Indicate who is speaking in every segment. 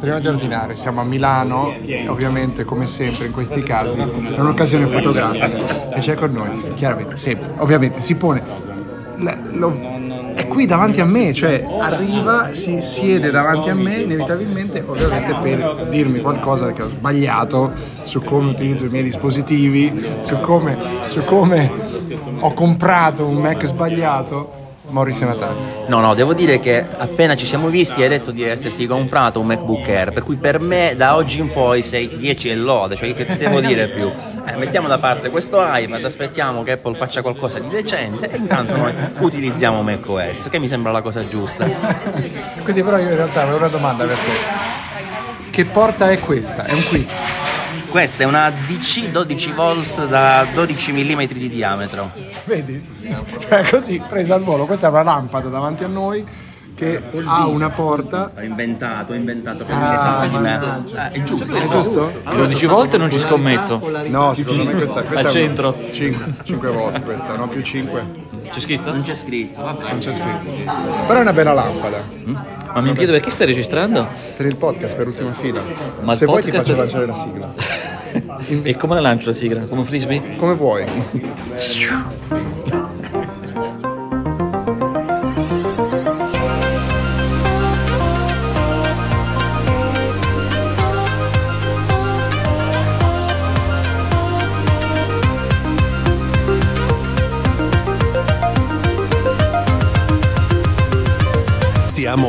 Speaker 1: Prima di ordinare, siamo a Milano, ovviamente come sempre in questi casi è un'occasione fotografica e c'è con noi, chiaramente, sempre, ovviamente si pone, la- lo- è qui davanti a me, cioè arriva, si siede davanti a me inevitabilmente, ovviamente per dirmi qualcosa che ho sbagliato su come utilizzo i miei dispositivi, su come, su come ho comprato un Mac sbagliato, Maurizio Natale.
Speaker 2: No, no, devo dire che appena ci siamo visti hai detto di esserti comprato un MacBook Air, per cui per me da oggi in poi sei 10 e lode, cioè io che ti devo dire più? Eh, mettiamo da parte questo iPad, aspettiamo che Apple faccia qualcosa di decente e intanto noi utilizziamo macOS, che mi sembra la cosa giusta.
Speaker 1: Quindi però io in realtà avevo una domanda per te. Che porta è questa? È un quiz.
Speaker 2: Questa è una DC 12 volt da 12 mm di diametro.
Speaker 1: Vedi? È così, presa al volo. Questa è una lampada davanti a noi che ha una porta.
Speaker 2: Ho inventato, ho inventato per
Speaker 1: Ah,
Speaker 2: l'esempio di
Speaker 1: mannaggia.
Speaker 2: me. Eh, è giusto,
Speaker 1: È giusto?
Speaker 3: 12 volte non ci scommetto.
Speaker 1: No, secondo me questa, questa
Speaker 3: Al centro.
Speaker 1: 5, volte questa, no? Più 5.
Speaker 3: C'è scritto?
Speaker 2: Non c'è scritto, vabbè.
Speaker 1: Non c'è scritto. Però è una bella lampada.
Speaker 3: Ma mi chiedo perché stai registrando?
Speaker 1: Per il podcast, per ultima fila.
Speaker 3: Ma il
Speaker 1: Se vuoi ti
Speaker 3: podcast
Speaker 1: faccio
Speaker 3: è-
Speaker 1: lanciare la sigla.
Speaker 3: E come la lancio la sigla? Come un frisbee?
Speaker 1: Come vuoi.
Speaker 4: Siamo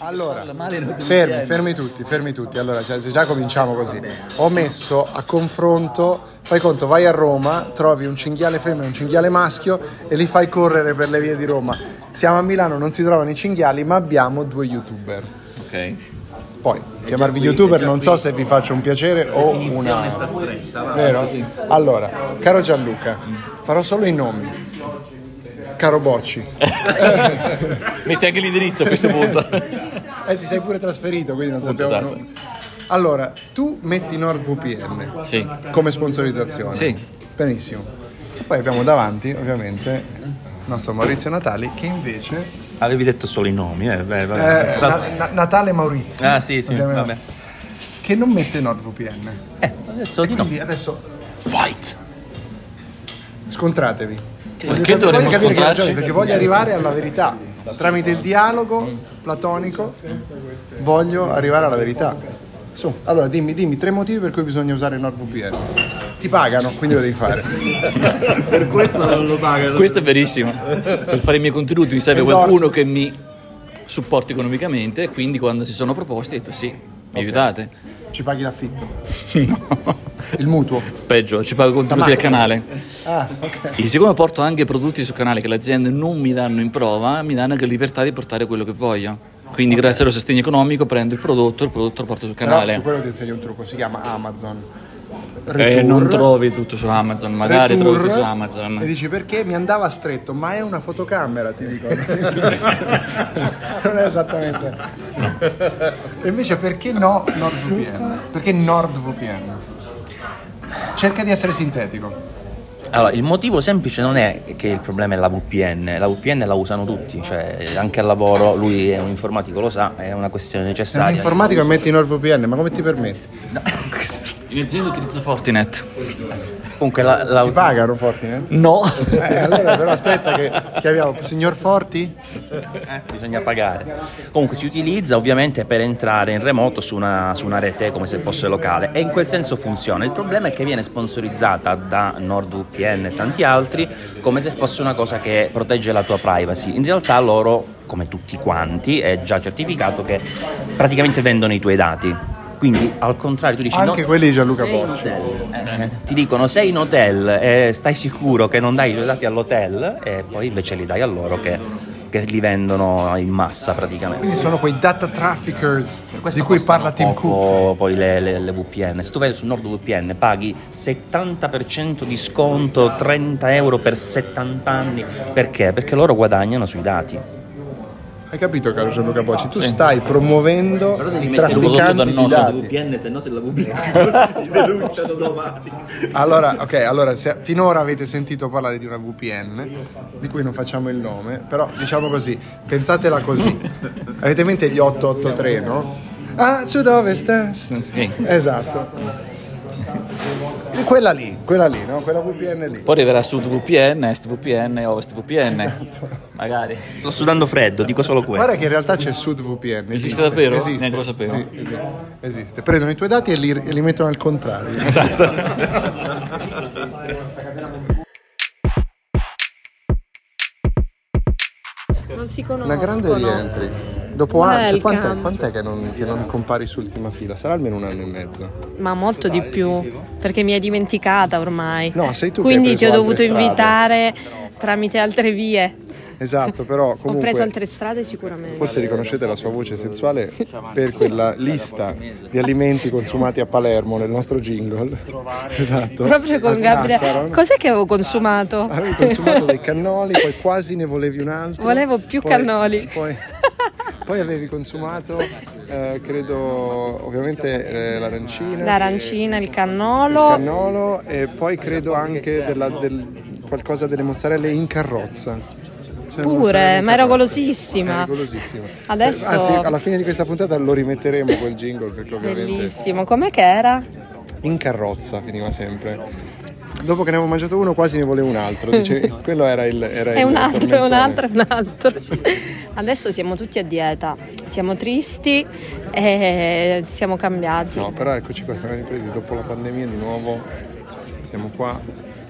Speaker 1: Allora, fermi, fermi tutti, fermi tutti. Allora, cioè, già cominciamo così. Ho messo a confronto, fai conto, vai a Roma, trovi un cinghiale femmina e un cinghiale maschio e li fai correre per le vie di Roma. Siamo a Milano, non si trovano i cinghiali, ma abbiamo due youtuber.
Speaker 3: Ok.
Speaker 1: Poi, chiamarvi youtuber non so se vi faccio un piacere o una... Vero? Allora, caro Gianluca, farò solo i nomi. Caro Bocci,
Speaker 3: Metti anche l'indirizzo a questo punto.
Speaker 1: Eh, ti sei pure trasferito, quindi non
Speaker 3: Punto,
Speaker 2: Esatto.
Speaker 1: sappiamo. Allora, tu metti NordVPN
Speaker 3: Sì.
Speaker 1: come sponsorizzazione.
Speaker 3: Sì.
Speaker 1: Benissimo. Poi abbiamo davanti, ovviamente, il nostro Maurizio Natali, che invece
Speaker 2: Avevi detto solo i nomi, eh, beh, vabbè.
Speaker 1: è
Speaker 2: Sa-
Speaker 1: Natale Maurizio.
Speaker 2: Ah, sì, sì,
Speaker 1: Lo chiamiamo-
Speaker 2: vabbè.
Speaker 1: Che non mette NordVPN.
Speaker 2: Eh, ho detto di no.
Speaker 1: Quindi adesso
Speaker 2: Fight!
Speaker 1: scontratevi. Voglio
Speaker 3: Perché
Speaker 1: cap-
Speaker 3: dovremmo
Speaker 1: voglio capire chi
Speaker 3: scontrarci?
Speaker 1: ragiona, perché voglio arrivare alla verità. Tramite il dialogo platonico voglio arrivare alla verità. Su, allora dimmi, dimmi tre motivi per cui bisogna usare NordVPN. Ti pagano, quindi lo devi fare. per questo non lo pagano.
Speaker 3: Questo è verissimo. Per fare i miei contenuti mi serve
Speaker 1: Endorsement.
Speaker 3: qualcuno che mi supporti economicamente, quindi quando si sono proposti ho detto sì, mi aiutate.
Speaker 1: Ci paghi l'affitto,
Speaker 3: No.
Speaker 1: il mutuo.
Speaker 3: Peggio, ci pago i contenuti al canale.
Speaker 1: Ah, ok.
Speaker 3: E siccome porto anche prodotti sul canale che le aziende non mi danno in prova, mi danno anche la libertà di portare quello che voglio. Quindi grazie allo sostegno economico prendo il prodotto, il prodotto lo porto sul
Speaker 1: Però su
Speaker 3: canale.
Speaker 1: quello ti insegno un trucco, si chiama Amazon.
Speaker 3: E
Speaker 1: Retour.
Speaker 3: Eh, non trovi tutto su Amazon, magari
Speaker 1: Retour.
Speaker 3: trovi tutto su
Speaker 1: E
Speaker 3: Amazon.
Speaker 1: dici perché mi andava stretto, ma è una fotocamera, ti dico. non è esattamente. E invece perché no NordVPN? Perché NordVPN? Cerca di essere sintetico.
Speaker 2: Allora, il motivo semplice non è che il problema è la VPN, la VPN la usano tutti, cioè anche al lavoro, lui è un informatico, lo sa, è una questione
Speaker 1: Sei un
Speaker 2: necessaria.
Speaker 1: informatico e metti NordVPN, ma come ti permetti?
Speaker 3: In azienda utilizzo Fortinet.
Speaker 2: Comunque la, la-
Speaker 1: Ti pagano Fortinet?
Speaker 3: No.
Speaker 1: Eh, allora però aspetta che chiamiamo signor Forti?
Speaker 2: eh, bisogna pagare. Comunque si utilizza ovviamente per entrare in remoto su una, su una rete come se fosse locale e in quel senso funziona. Il problema è che viene sponsorizzata da NordVPN e tanti altri come se fosse una cosa che protegge la tua privacy. In realtà loro, come tutti quanti, è già certificato che praticamente vendono i tuoi dati. Quindi al contrario tu dici
Speaker 1: Anche
Speaker 2: no,
Speaker 1: quelli di Gianluca
Speaker 2: sei in
Speaker 1: Bocci.
Speaker 2: hotel. Eh, ti dicono sei in eh, hotel e stai sicuro che non dai i tuoi dati all'hotel e poi invece li dai a loro che che li vendono in massa praticamente.
Speaker 1: Quindi sono quei data traffickers
Speaker 2: Questo
Speaker 1: di cui
Speaker 2: costano
Speaker 1: parla Tim
Speaker 2: Eh, poco,
Speaker 1: Cook.
Speaker 2: Poi le, le- le VPN. Se tu vai su NordVPN paghi 70% di sconto, 30 euro per 70 anni. Perché? Perché loro guadagnano sui dati.
Speaker 1: Hai capito, caro Gianluca Bocci? Tu stai promuovendo
Speaker 2: Però
Speaker 1: i
Speaker 2: devi mettere il prodotto
Speaker 1: trafficanti di
Speaker 2: dannoso alla
Speaker 1: dati.
Speaker 2: VPN, se no se la VPN si denunciano domani.
Speaker 1: Allora, ok, allora se- finora avete sentito parlare di una VPN di cui non facciamo il nome, però diciamo così, pensatela così. Avete in mente gli 883, no? Ah, sud-ovest. eh?
Speaker 3: Sì.
Speaker 1: Esatto. Quella lì, quella lì, no? Quella VPN lì.
Speaker 3: Poi arriverà Sud VPN, Est VPN, Ovest VPN.
Speaker 1: Esatto.
Speaker 3: Magari.
Speaker 2: Sto sudando freddo, dico solo questo.
Speaker 1: Guarda che in realtà c'è SudVPN.
Speaker 3: Esiste davvero?
Speaker 1: Esiste.
Speaker 3: Neanche lo sapevo.
Speaker 1: Sì, esiste. esiste. Prendono i tuoi dati e li, e li mettono al contrario.
Speaker 5: Non si conoscono.
Speaker 1: Una grande rientri. Dopo anni,
Speaker 5: Welcome.
Speaker 1: quant'è, quant'è che non, che non compari su ultima fila? Sarà almeno un anno e mezzo.
Speaker 5: Ma molto di più, perché mi è dimenticata ormai.
Speaker 1: No, sei tu che hai
Speaker 5: Quindi
Speaker 1: preso
Speaker 5: ti ho dovuto
Speaker 1: altre
Speaker 5: invitare tramite altre vie.
Speaker 1: Esatto, però
Speaker 5: Ho
Speaker 1: comunque
Speaker 5: preso altre strade sicuramente.
Speaker 1: forse riconoscete la sua voce sensuale per quella lista di alimenti consumati a Palermo nel nostro jingle. Esatto.
Speaker 5: Proprio con
Speaker 1: A
Speaker 5: Gabriele.
Speaker 1: Cassaro.
Speaker 5: Cos'è che avevo consumato?
Speaker 1: Avevi consumato dei cannoli, poi quasi ne volevi un altro.
Speaker 5: Volevo più
Speaker 1: poi-
Speaker 5: cannoli.
Speaker 1: Poi, poi avevi consumato, eh, credo, ovviamente eh, l'arancina.
Speaker 5: L'arancina, il
Speaker 1: il
Speaker 5: cannolo.
Speaker 1: cannolo e poi credo anche della- del- qualcosa delle mozzarelle in carrozza. Cioè,
Speaker 5: Pure,
Speaker 1: mozzarelle in
Speaker 5: ma era
Speaker 1: carrozza.
Speaker 5: golosissima.
Speaker 1: Era golosissima.
Speaker 5: Adesso-
Speaker 1: Eh, Anzi, alla fine di questa puntata lo rimetteremo quel jingle perché ovviamente
Speaker 5: Bellissimo, com'è che era?
Speaker 1: in carrozza finiva sempre. Dopo che ne avevo mangiato uno, quasi ne volevo un altro. Dice, quello era il. Era
Speaker 5: È
Speaker 1: il
Speaker 5: un altro, è
Speaker 1: tormentone.
Speaker 5: un altro, è un altro. Adesso siamo tutti a dieta, siamo tristi e siamo cambiati.
Speaker 1: No, però eccoci qua, siamo ripresi dopo la pandemia di nuovo. Siamo qua.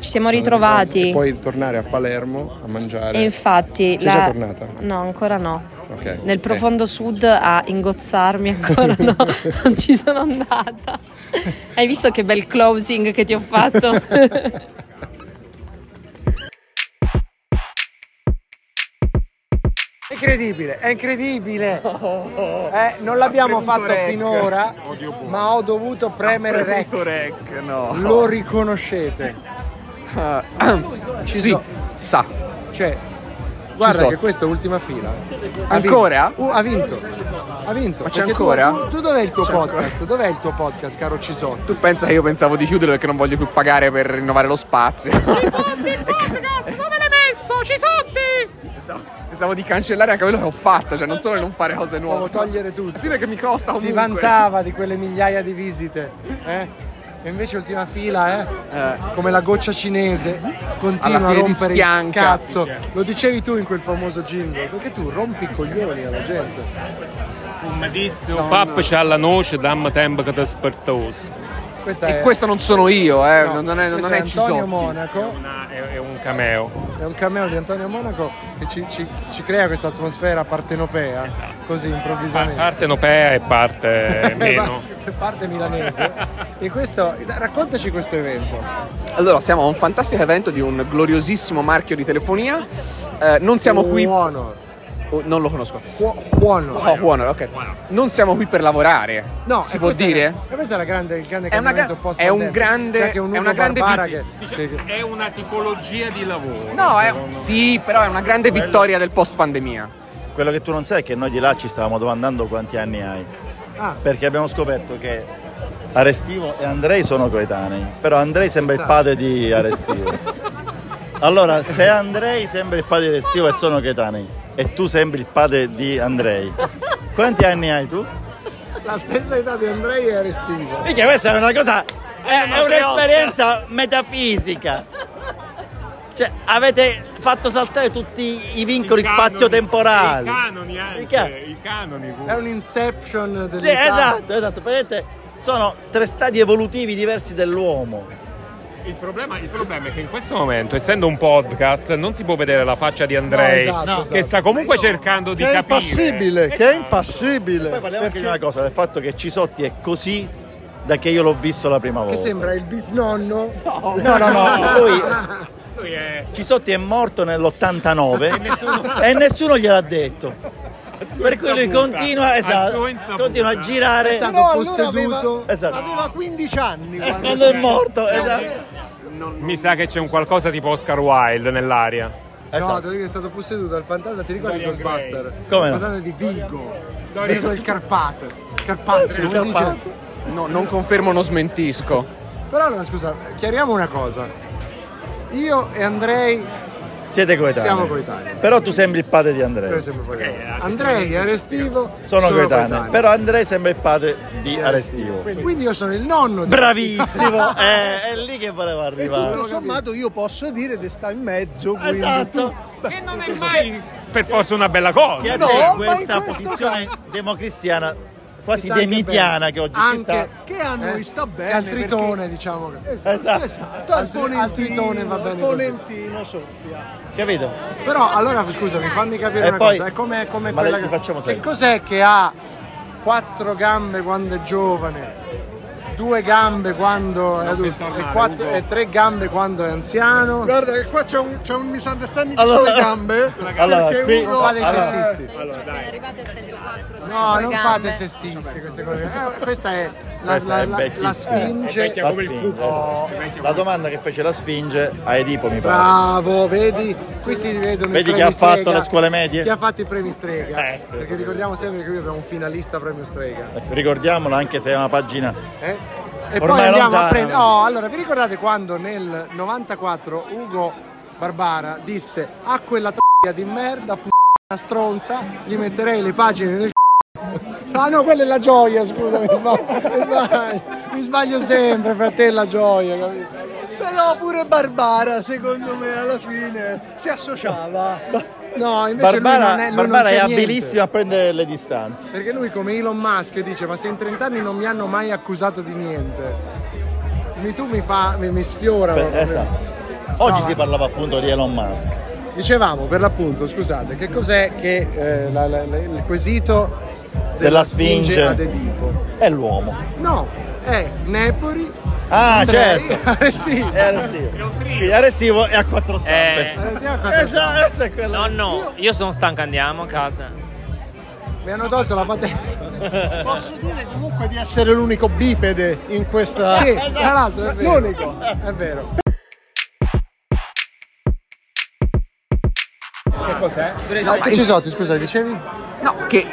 Speaker 5: Ci siamo
Speaker 1: E
Speaker 5: ritrovati.
Speaker 1: poi tornare a Palermo a mangiare.
Speaker 5: E infatti
Speaker 1: Sei già tornata?
Speaker 5: No, ancora no.
Speaker 1: Ok.
Speaker 5: Nel
Speaker 1: Eh.
Speaker 5: profondo sud a ingozzarmi ancora no, non ci sono andata. Hai visto che bel closing che ti ho fatto?
Speaker 6: Incredibile, è incredibile. Eh, non l'abbiamo fatto finora, ma ho dovuto premere rec.
Speaker 1: Lo riconoscete. Ci
Speaker 7: sì,
Speaker 1: so-
Speaker 7: sa.
Speaker 1: Cioè, guarda
Speaker 7: sotto.
Speaker 1: che questa è ultima fila. Ha
Speaker 7: Ancora?
Speaker 1: vinto. Uh, ha vinto. Ha vinto.
Speaker 7: Ma c'è
Speaker 1: Perché tu-
Speaker 7: ancora?
Speaker 1: Tu, tu dov'è il tuo podcast? Dov'è il tuo podcast, caro Cisotto?
Speaker 7: Tu pensa che io pensavo di chiudere perché non voglio più pagare per rinnovare lo spazio. Pensavo, pensavo di cancellare anche quello che ho fatto, cioè non solo di non fare cose
Speaker 1: Devo
Speaker 7: nuove.
Speaker 1: togliere tutto.
Speaker 7: Sì, perché mi costa
Speaker 1: Si
Speaker 7: comunque.
Speaker 1: vantava di quelle migliaia di visite. eh? E invece ultima fila, eh? Come la goccia cinese continua
Speaker 7: Alla
Speaker 1: a
Speaker 7: fine ti
Speaker 1: rompere il
Speaker 7: sfianca.
Speaker 1: cazzo. Lo dicevi tu in quel famoso jingle, perché tu rompi i coglioni alla gente.
Speaker 8: Comodissimo, pappa c'ha la noce, dammi tempo che ti spertosi.
Speaker 1: Questa
Speaker 7: E
Speaker 1: è
Speaker 7: questo non sono io, eh.
Speaker 1: eh. no,
Speaker 7: non è, non
Speaker 1: questo
Speaker 7: è
Speaker 1: Antonio
Speaker 7: Cisotti.
Speaker 1: Monaco.
Speaker 8: È, è un cameo.
Speaker 1: È un cameo di Antonio Monaco che ci, ci- ci crea questa atmosfera partenopea,
Speaker 7: Esatto.
Speaker 1: così
Speaker 8: Pa-
Speaker 1: improvvisamente.
Speaker 8: parte europea e parte meno.
Speaker 1: Pa- parte milanese. E questo, da- raccontaci questo evento.
Speaker 7: Allora, siamo a un fantastico evento di un gloriosissimo marchio di telefonia. Eh, non siamo qui.
Speaker 1: Buono.
Speaker 7: Oh, non lo conosco.
Speaker 1: Buo- buono.
Speaker 7: Oh, buono, ok. Non siamo qui per lavorare. si
Speaker 1: e
Speaker 7: può
Speaker 1: questa
Speaker 7: dire?
Speaker 1: È, e questo è la grande, il grande
Speaker 7: È una
Speaker 1: cambiamento
Speaker 7: gra-
Speaker 1: post Cioè
Speaker 7: è un grande-
Speaker 1: che un
Speaker 7: è
Speaker 1: Ugo
Speaker 7: una grande
Speaker 1: Barbara
Speaker 7: visi-
Speaker 1: che,
Speaker 8: Dice-
Speaker 1: che-
Speaker 8: è una tipologia di lavoro.
Speaker 7: No, è,
Speaker 8: secondo me.
Speaker 7: sì, però è una grande vittoria del post pandemia.
Speaker 9: Quello che tu non sai è che noi di là ci stavamo domandando quanti anni hai,
Speaker 1: Ah,
Speaker 9: perché abbiamo scoperto che Arestivo e Andrei sono coetanei, però Andrei sembra
Speaker 8: Esatto.
Speaker 9: il padre di Arestivo. Allora, se Andrei sembra il padre di Arestivo e sono coetanei, e tu sembri il padre di Andrei, quanti anni hai tu?
Speaker 1: la stessa età di Andrei e Arestivo.
Speaker 9: Perché questa è una cosa, è, è un'esperienza metafisica. Cioè, avete fatto saltare tutti i vincoli
Speaker 8: I canoni-
Speaker 9: spazio-temporali.
Speaker 8: I canoni anche.
Speaker 9: I ca-
Speaker 8: I canoni.
Speaker 1: È un inception
Speaker 9: Sì,
Speaker 1: dell'età.
Speaker 9: esatto, esatto, praticamente sono tre stadi evolutivi diversi dell'uomo.
Speaker 8: Il problema, il problema è che in questo momento, essendo un podcast, non si può vedere la faccia di Andrei,
Speaker 1: No, esatto,
Speaker 8: che
Speaker 1: esatto.
Speaker 8: sta comunque cercando di
Speaker 9: Che è
Speaker 8: capire.
Speaker 9: impassibile, che è
Speaker 8: Esatto.
Speaker 9: impassibile. Poi parliamo anche di una cosa, del fatto che Cisotti è così da che io l'ho visto la prima
Speaker 1: Che
Speaker 9: volta.
Speaker 1: sembra il bisnonno.
Speaker 9: No, no, no, lui
Speaker 8: Lui è.
Speaker 9: Cisotti è morto nell'89 e, nessuno... gliel'ha detto. Per cui lui
Speaker 8: insaputa.
Speaker 9: continua,
Speaker 8: A
Speaker 9: esatto,
Speaker 8: sua insaputa.
Speaker 9: continua a girare.
Speaker 1: Però
Speaker 6: stato
Speaker 1: allora aveva,
Speaker 6: posseduto.
Speaker 9: Esatto.
Speaker 1: aveva 15 anni
Speaker 9: Eh,
Speaker 1: quando
Speaker 9: quando è morto, esatto.
Speaker 8: Mi sa che c'è un qualcosa tipo Oscar Wilde nell'aria.
Speaker 9: Esatto.
Speaker 6: No, devo dire che è stato posseduto dal fantasma, ti ricordi
Speaker 8: Dorian
Speaker 6: Ghostbuster?
Speaker 9: Come no?
Speaker 6: Il fantasma di Vigo.
Speaker 8: Dorian-
Speaker 6: Vigo il Carpato. Carpazzo,
Speaker 9: Il
Speaker 6: come si dice?
Speaker 9: Carpazzo.
Speaker 7: No, non confermo, non smentisco.
Speaker 6: Però allora scusa, chiariamo una cosa. Io e Andrei
Speaker 9: Siete coetanei.
Speaker 6: Siamo coetanei.
Speaker 9: Però tu sembri il padre di
Speaker 6: noi
Speaker 9: Andrei.
Speaker 6: siamo
Speaker 1: eh,
Speaker 6: coetanei. Andrei e Arestivo
Speaker 9: Sono coetanei.
Speaker 6: coetanei.
Speaker 9: Però Andrei sembra il padre di Arestivo.
Speaker 6: Quindi, quindi io sono il nonno di
Speaker 9: Bravissimo, eh, è lì che volevo
Speaker 1: tutto
Speaker 9: arrivare.
Speaker 1: sommato io posso dire che sta in mezzo quindi
Speaker 9: Esatto.
Speaker 8: Che non è mai per forza una bella cosa.
Speaker 9: Che
Speaker 1: No,
Speaker 9: te
Speaker 1: ma in
Speaker 9: questa
Speaker 1: questo
Speaker 9: posizione democristiana,
Speaker 6: Ci
Speaker 9: quasi
Speaker 6: sta anche
Speaker 9: demitiana
Speaker 6: bene.
Speaker 9: che oggi ci
Speaker 6: Anche-
Speaker 9: sta.
Speaker 1: tu- che a noi sta bene
Speaker 6: E al
Speaker 1: perché-
Speaker 6: tritone, diciamo. che-
Speaker 9: Esatto.
Speaker 1: esatto al
Speaker 6: Al tri- al tritone va
Speaker 1: ponentino
Speaker 6: bene
Speaker 1: al
Speaker 6: così.
Speaker 1: ponentino soffia
Speaker 9: Capito?
Speaker 6: Però allora scusami, fammi capire
Speaker 9: E
Speaker 6: una
Speaker 9: poi-
Speaker 6: cosa, è come, come
Speaker 9: Ma
Speaker 6: quella
Speaker 9: le-
Speaker 6: che
Speaker 9: facciamo
Speaker 6: E
Speaker 9: sempre.
Speaker 6: cos'è che ha quattro gambe quando è giovane? Due gambe quando è adulto
Speaker 8: pensare
Speaker 6: e,
Speaker 8: male,
Speaker 6: quattro-
Speaker 8: Ugo.
Speaker 6: e tre gambe quando è anziano.
Speaker 1: guarda che qua c'è un, c'è un misunderstanding
Speaker 9: Allora-
Speaker 1: sulle gambe
Speaker 9: Allora,
Speaker 1: perché
Speaker 9: qui-
Speaker 6: Non
Speaker 1: uno
Speaker 6: fate i
Speaker 9: Allora-
Speaker 6: sessisti.
Speaker 8: Allora, dai.
Speaker 10: arrivate essendo quattro
Speaker 6: No, non fate sessisti queste cose. Eh, questa è la,
Speaker 9: Questa
Speaker 6: la-
Speaker 9: è
Speaker 6: la-
Speaker 9: vecchissima.
Speaker 6: la
Speaker 8: È
Speaker 6: sfinge.
Speaker 8: vecchia
Speaker 9: La
Speaker 8: come il
Speaker 9: Sfinge,
Speaker 8: cupo.
Speaker 9: esatto.
Speaker 8: È vecchia
Speaker 9: La
Speaker 8: come-
Speaker 9: domanda che fece la Sfinge a Edipo mi pare.
Speaker 6: Bravo, vedi? Qui si rivedono
Speaker 9: Vedi
Speaker 6: i
Speaker 9: chi ha
Speaker 6: premi
Speaker 9: fatto
Speaker 6: strega,
Speaker 9: le scuole medie?
Speaker 6: Chi ha fatto i premi strega?
Speaker 9: Eh.
Speaker 6: Perché ricordiamo sempre che qui abbiamo un finalista premio strega.
Speaker 9: Ecco, Ricordiamolo anche se è una pagina.
Speaker 6: Eh? E
Speaker 9: Ormai
Speaker 6: poi andiamo
Speaker 9: lontano.
Speaker 6: a prendere. Oh, allora vi ricordate quando nel 94 Ugo Barbara disse a quella troia di merda, p***a stronza, gli metterei le pagine del c***o". Ah no, quella è la gioia, scusa, mi sbaglio, mi sbaglio, mi sbaglio sempre, fratello, la gioia, capito?
Speaker 1: però pure Barbara secondo me alla fine si associava
Speaker 6: No, invece lui
Speaker 9: Barbara,
Speaker 6: non è, lui
Speaker 9: Barbara
Speaker 6: non
Speaker 9: è
Speaker 6: c'è niente.
Speaker 9: abilissima a prendere le distanze.
Speaker 6: Perché lui come Elon Musk dice ma se in 30 anni non mi hanno mai accusato di niente. Mi, tu mi, fa, mi, mi sfiora.
Speaker 9: Beh,
Speaker 6: proprio.
Speaker 9: esatto. Oggi
Speaker 6: No,
Speaker 9: si
Speaker 6: ma-
Speaker 9: parlava appunto di Elon Musk.
Speaker 6: Dicevamo per l'appunto, scusate, che cos'è che eh, la- la- la- il quesito della,
Speaker 9: Della Sfinge.
Speaker 6: ad Edipo?
Speaker 9: È l'uomo.
Speaker 6: No, è Nepori,
Speaker 9: Ah,
Speaker 6: Andrei,
Speaker 9: certo.
Speaker 6: Arestino.
Speaker 9: È Arestivo. Quindi Arestivo è a quattro zampe.
Speaker 6: Arestino ha quattro
Speaker 9: Esatto, essa è quella.
Speaker 11: Nonno, io sono stanco, andiamo a casa.
Speaker 6: zampe. Mi hanno tolto la patente.
Speaker 1: posso dire comunque di essere l'unico bipede in questa
Speaker 6: Sì, tra l'altro è vero.
Speaker 1: l'unico
Speaker 6: È vero.
Speaker 7: No,
Speaker 6: Ah, Cesotti, scusa, dicevi?
Speaker 7: No, che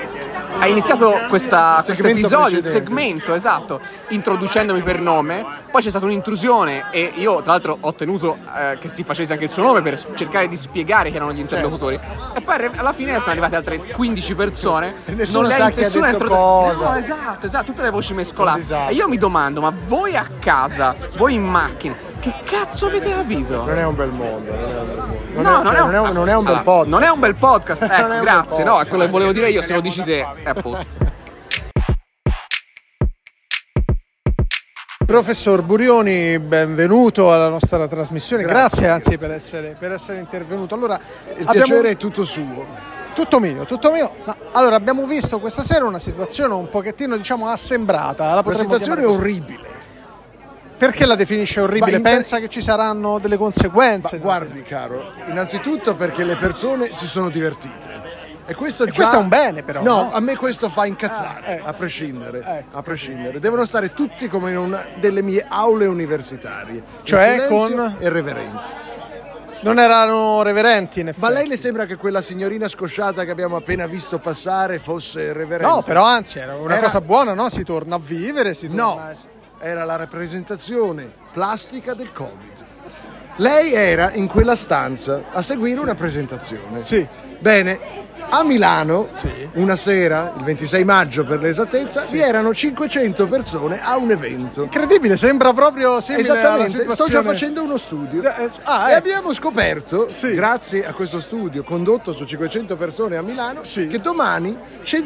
Speaker 7: ha iniziato questa- questo
Speaker 6: segmento
Speaker 7: episodio, il
Speaker 6: precedente.
Speaker 7: segmento, esatto, introducendomi per nome, poi c'è stata un'intrusione e io tra l'altro ho tenuto eh, che si facesse anche il suo nome per s- cercare di spiegare chi erano gli interlocutori e poi arri- alla fine sono arrivate altre 15 persone,
Speaker 6: Certo. E nessuno
Speaker 7: le-
Speaker 6: sa chi ha
Speaker 7: nessuno
Speaker 6: detto
Speaker 7: introdu-
Speaker 6: cosa. Esatto.
Speaker 7: No, esatto, esatto, tutte le voci
Speaker 6: Un
Speaker 7: mescolate.
Speaker 6: disastro.
Speaker 7: E io mi domando, ma voi a casa, voi in macchina, che cazzo avete capito?
Speaker 6: Non è un bel mondo. Non è un bel mondo. Non
Speaker 7: No,
Speaker 6: è, cioè, non è un, non è un bel
Speaker 7: allora,
Speaker 6: podcast.
Speaker 7: Non è un bel podcast,
Speaker 6: Non è un
Speaker 7: ecco,
Speaker 6: bel
Speaker 7: grazie. No,
Speaker 6: podcast.
Speaker 7: è quello che volevo dire io, se lo dici te è a posto.
Speaker 1: Professor Burioni, benvenuto alla nostra trasmissione, grazie,
Speaker 6: Grazie,
Speaker 1: anzi
Speaker 6: grazie.
Speaker 1: per essere, per essere intervenuto. Allora,
Speaker 6: Il
Speaker 1: abbiamo-
Speaker 6: piacere è tutto suo.
Speaker 1: tutto mio, tutto mio. Ma, allora, abbiamo visto questa sera una situazione un pochettino, diciamo, assembrata. La,
Speaker 6: La
Speaker 1: potremmo
Speaker 6: situazione è
Speaker 1: chiamare così.
Speaker 6: orribile.
Speaker 1: Perché la definisce orribile?
Speaker 6: Ma inter-
Speaker 1: Pensa che ci saranno delle conseguenze?
Speaker 6: Ma guardi, caro, innanzitutto perché le persone si sono divertite. E questo,
Speaker 1: E
Speaker 6: già-
Speaker 1: questo è un bene, però,
Speaker 6: No,
Speaker 1: no?
Speaker 6: a me questo fa incazzare,
Speaker 1: Ah, ecco.
Speaker 6: eh, a prescindere.
Speaker 1: Ecco.
Speaker 6: A prescindere. Devono stare tutti come in una delle mie aule universitarie. in
Speaker 1: Cioè,
Speaker 6: silenzio
Speaker 1: con-
Speaker 6: E reverenti.
Speaker 1: Non erano reverenti, in effetti.
Speaker 6: Ma a lei le sembra che quella signorina scosciata che abbiamo appena visto passare fosse reverente?
Speaker 1: No, però anzi, era una
Speaker 6: Era-
Speaker 1: cosa buona, no? Si torna a vivere, si torna
Speaker 6: No,
Speaker 1: a essere-
Speaker 6: era la rappresentazione plastica del Covid. Lei era in quella stanza a seguire una presentazione.
Speaker 1: Sì.
Speaker 6: Bene, a Milano,
Speaker 1: Sì.
Speaker 6: una sera, il 26 maggio per l'esattezza, vi erano 500 persone a un evento.
Speaker 1: Incredibile, sembra proprio simile alla
Speaker 6: Esattamente, sto già
Speaker 1: situazione-
Speaker 6: facendo uno studio.
Speaker 1: Eh, eh, ah,
Speaker 6: e
Speaker 1: ecco.
Speaker 6: abbiamo scoperto,
Speaker 1: Sì.
Speaker 6: grazie a questo studio condotto su 500 persone a Milano,
Speaker 1: Sì.
Speaker 6: che domani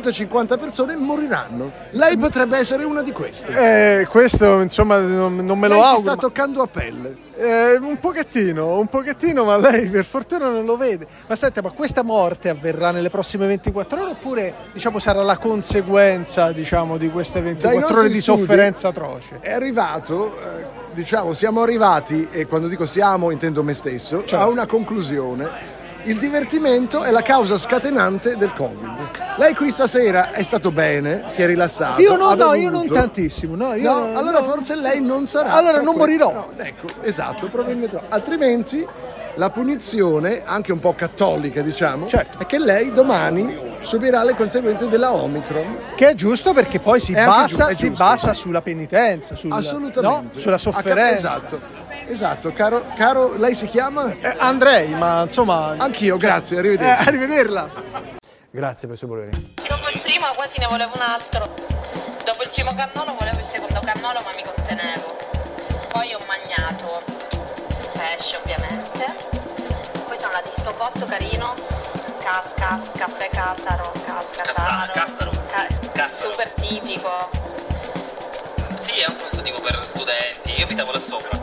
Speaker 6: 150 persone moriranno. Lei potrebbe essere una di queste.
Speaker 1: Eh, questo, insomma, non, non me lo
Speaker 6: Lei si
Speaker 1: auguro.
Speaker 6: sta toccando a pelle. Eh, un pochettino, un pochettino, ma lei per fortuna non lo vede. Ma senta, ma questa morte avverrà nelle prossime 24 ore oppure diciamo, sarà la conseguenza diciamo, di queste 24 ore
Speaker 1: nostri
Speaker 6: di
Speaker 1: studi-
Speaker 6: sofferenza atroce?
Speaker 1: È arrivato, eh, diciamo, siamo arrivati, e quando dico siamo intendo me stesso, a
Speaker 6: Certo.
Speaker 1: una conclusione. Il divertimento è la causa scatenante del Covid. Lei qui stasera è stato bene, si è rilassato.
Speaker 6: Io no,
Speaker 1: ha
Speaker 6: no, io non
Speaker 1: bevuto.
Speaker 6: tantissimo. No, io-
Speaker 1: No? allora forse lei non sarà.
Speaker 6: Allora non
Speaker 1: Proprio-
Speaker 6: morirò.
Speaker 1: no, ecco, esatto, probabilmente no. Altrimenti la punizione, anche un po' cattolica, diciamo, è che lei domani subirà le conseguenze della Omicron.
Speaker 6: Che è giusto perché poi si
Speaker 1: È anche
Speaker 6: basa,
Speaker 1: giu- è
Speaker 6: si
Speaker 1: giusto,
Speaker 6: basa sulla penitenza, sul-
Speaker 1: Assolutamente.
Speaker 6: no? sulla sofferenza.
Speaker 1: Ah, cap- Esatto, esatto. Caro, caro, lei si chiama?
Speaker 6: Eh, Andrei, ma insomma...
Speaker 1: Anch'io, grazie, arrivederci.
Speaker 6: Eh, arrivederla. Grazie, professor Bologna.
Speaker 10: Dopo il primo quasi ne volevo un altro. Dopo il primo cannolo volevo il secondo cannolo ma mi contenevo. Poi ho magnato pesce ovviamente. Poi sono andata in sto posto carino. Casca, caffè casaro, casca casaro. super tipico.
Speaker 12: Sì, è un posto tipo per studenti. Io abitavo là sopra.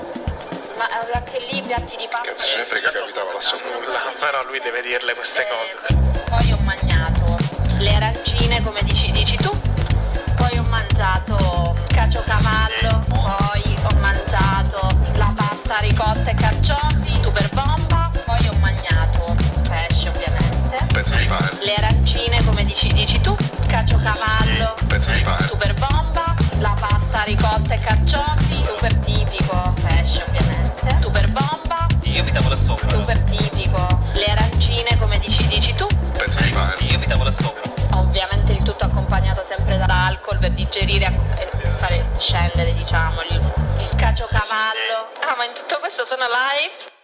Speaker 10: Ma eh, anche lì piatti di pasta.
Speaker 13: Cazzo ce ne frega che abitava là sopra.
Speaker 12: Però lui deve dirle queste cose.
Speaker 10: Eh, Poi ho mangiato le arancine come dici, dici tu. Poi ho mangiato caciocavallo, poi ho mangiato la pasta ricotta e carciofi, super bomba, poi ho mangiato pesce ovviamente.
Speaker 13: Pezzo di pane.
Speaker 10: Le arancine come dici, dici tu, caciocavallo,
Speaker 13: Pezzo di pane.
Speaker 10: super bomba, la pasta ricotta e carciofi, super tipico, pesce ovviamente, super bomba,
Speaker 12: Io abitavo là sopra.
Speaker 10: super tipico, le arancine come dici, dici tu,
Speaker 12: Pezzo di pane. Io abitavo là sopra.
Speaker 10: Ovviamente il tutto accompagnato sempre da alcol per digerire e fare scendere, diciamo, il, il caciocavallo. Ah, ma in tutto questo sono live?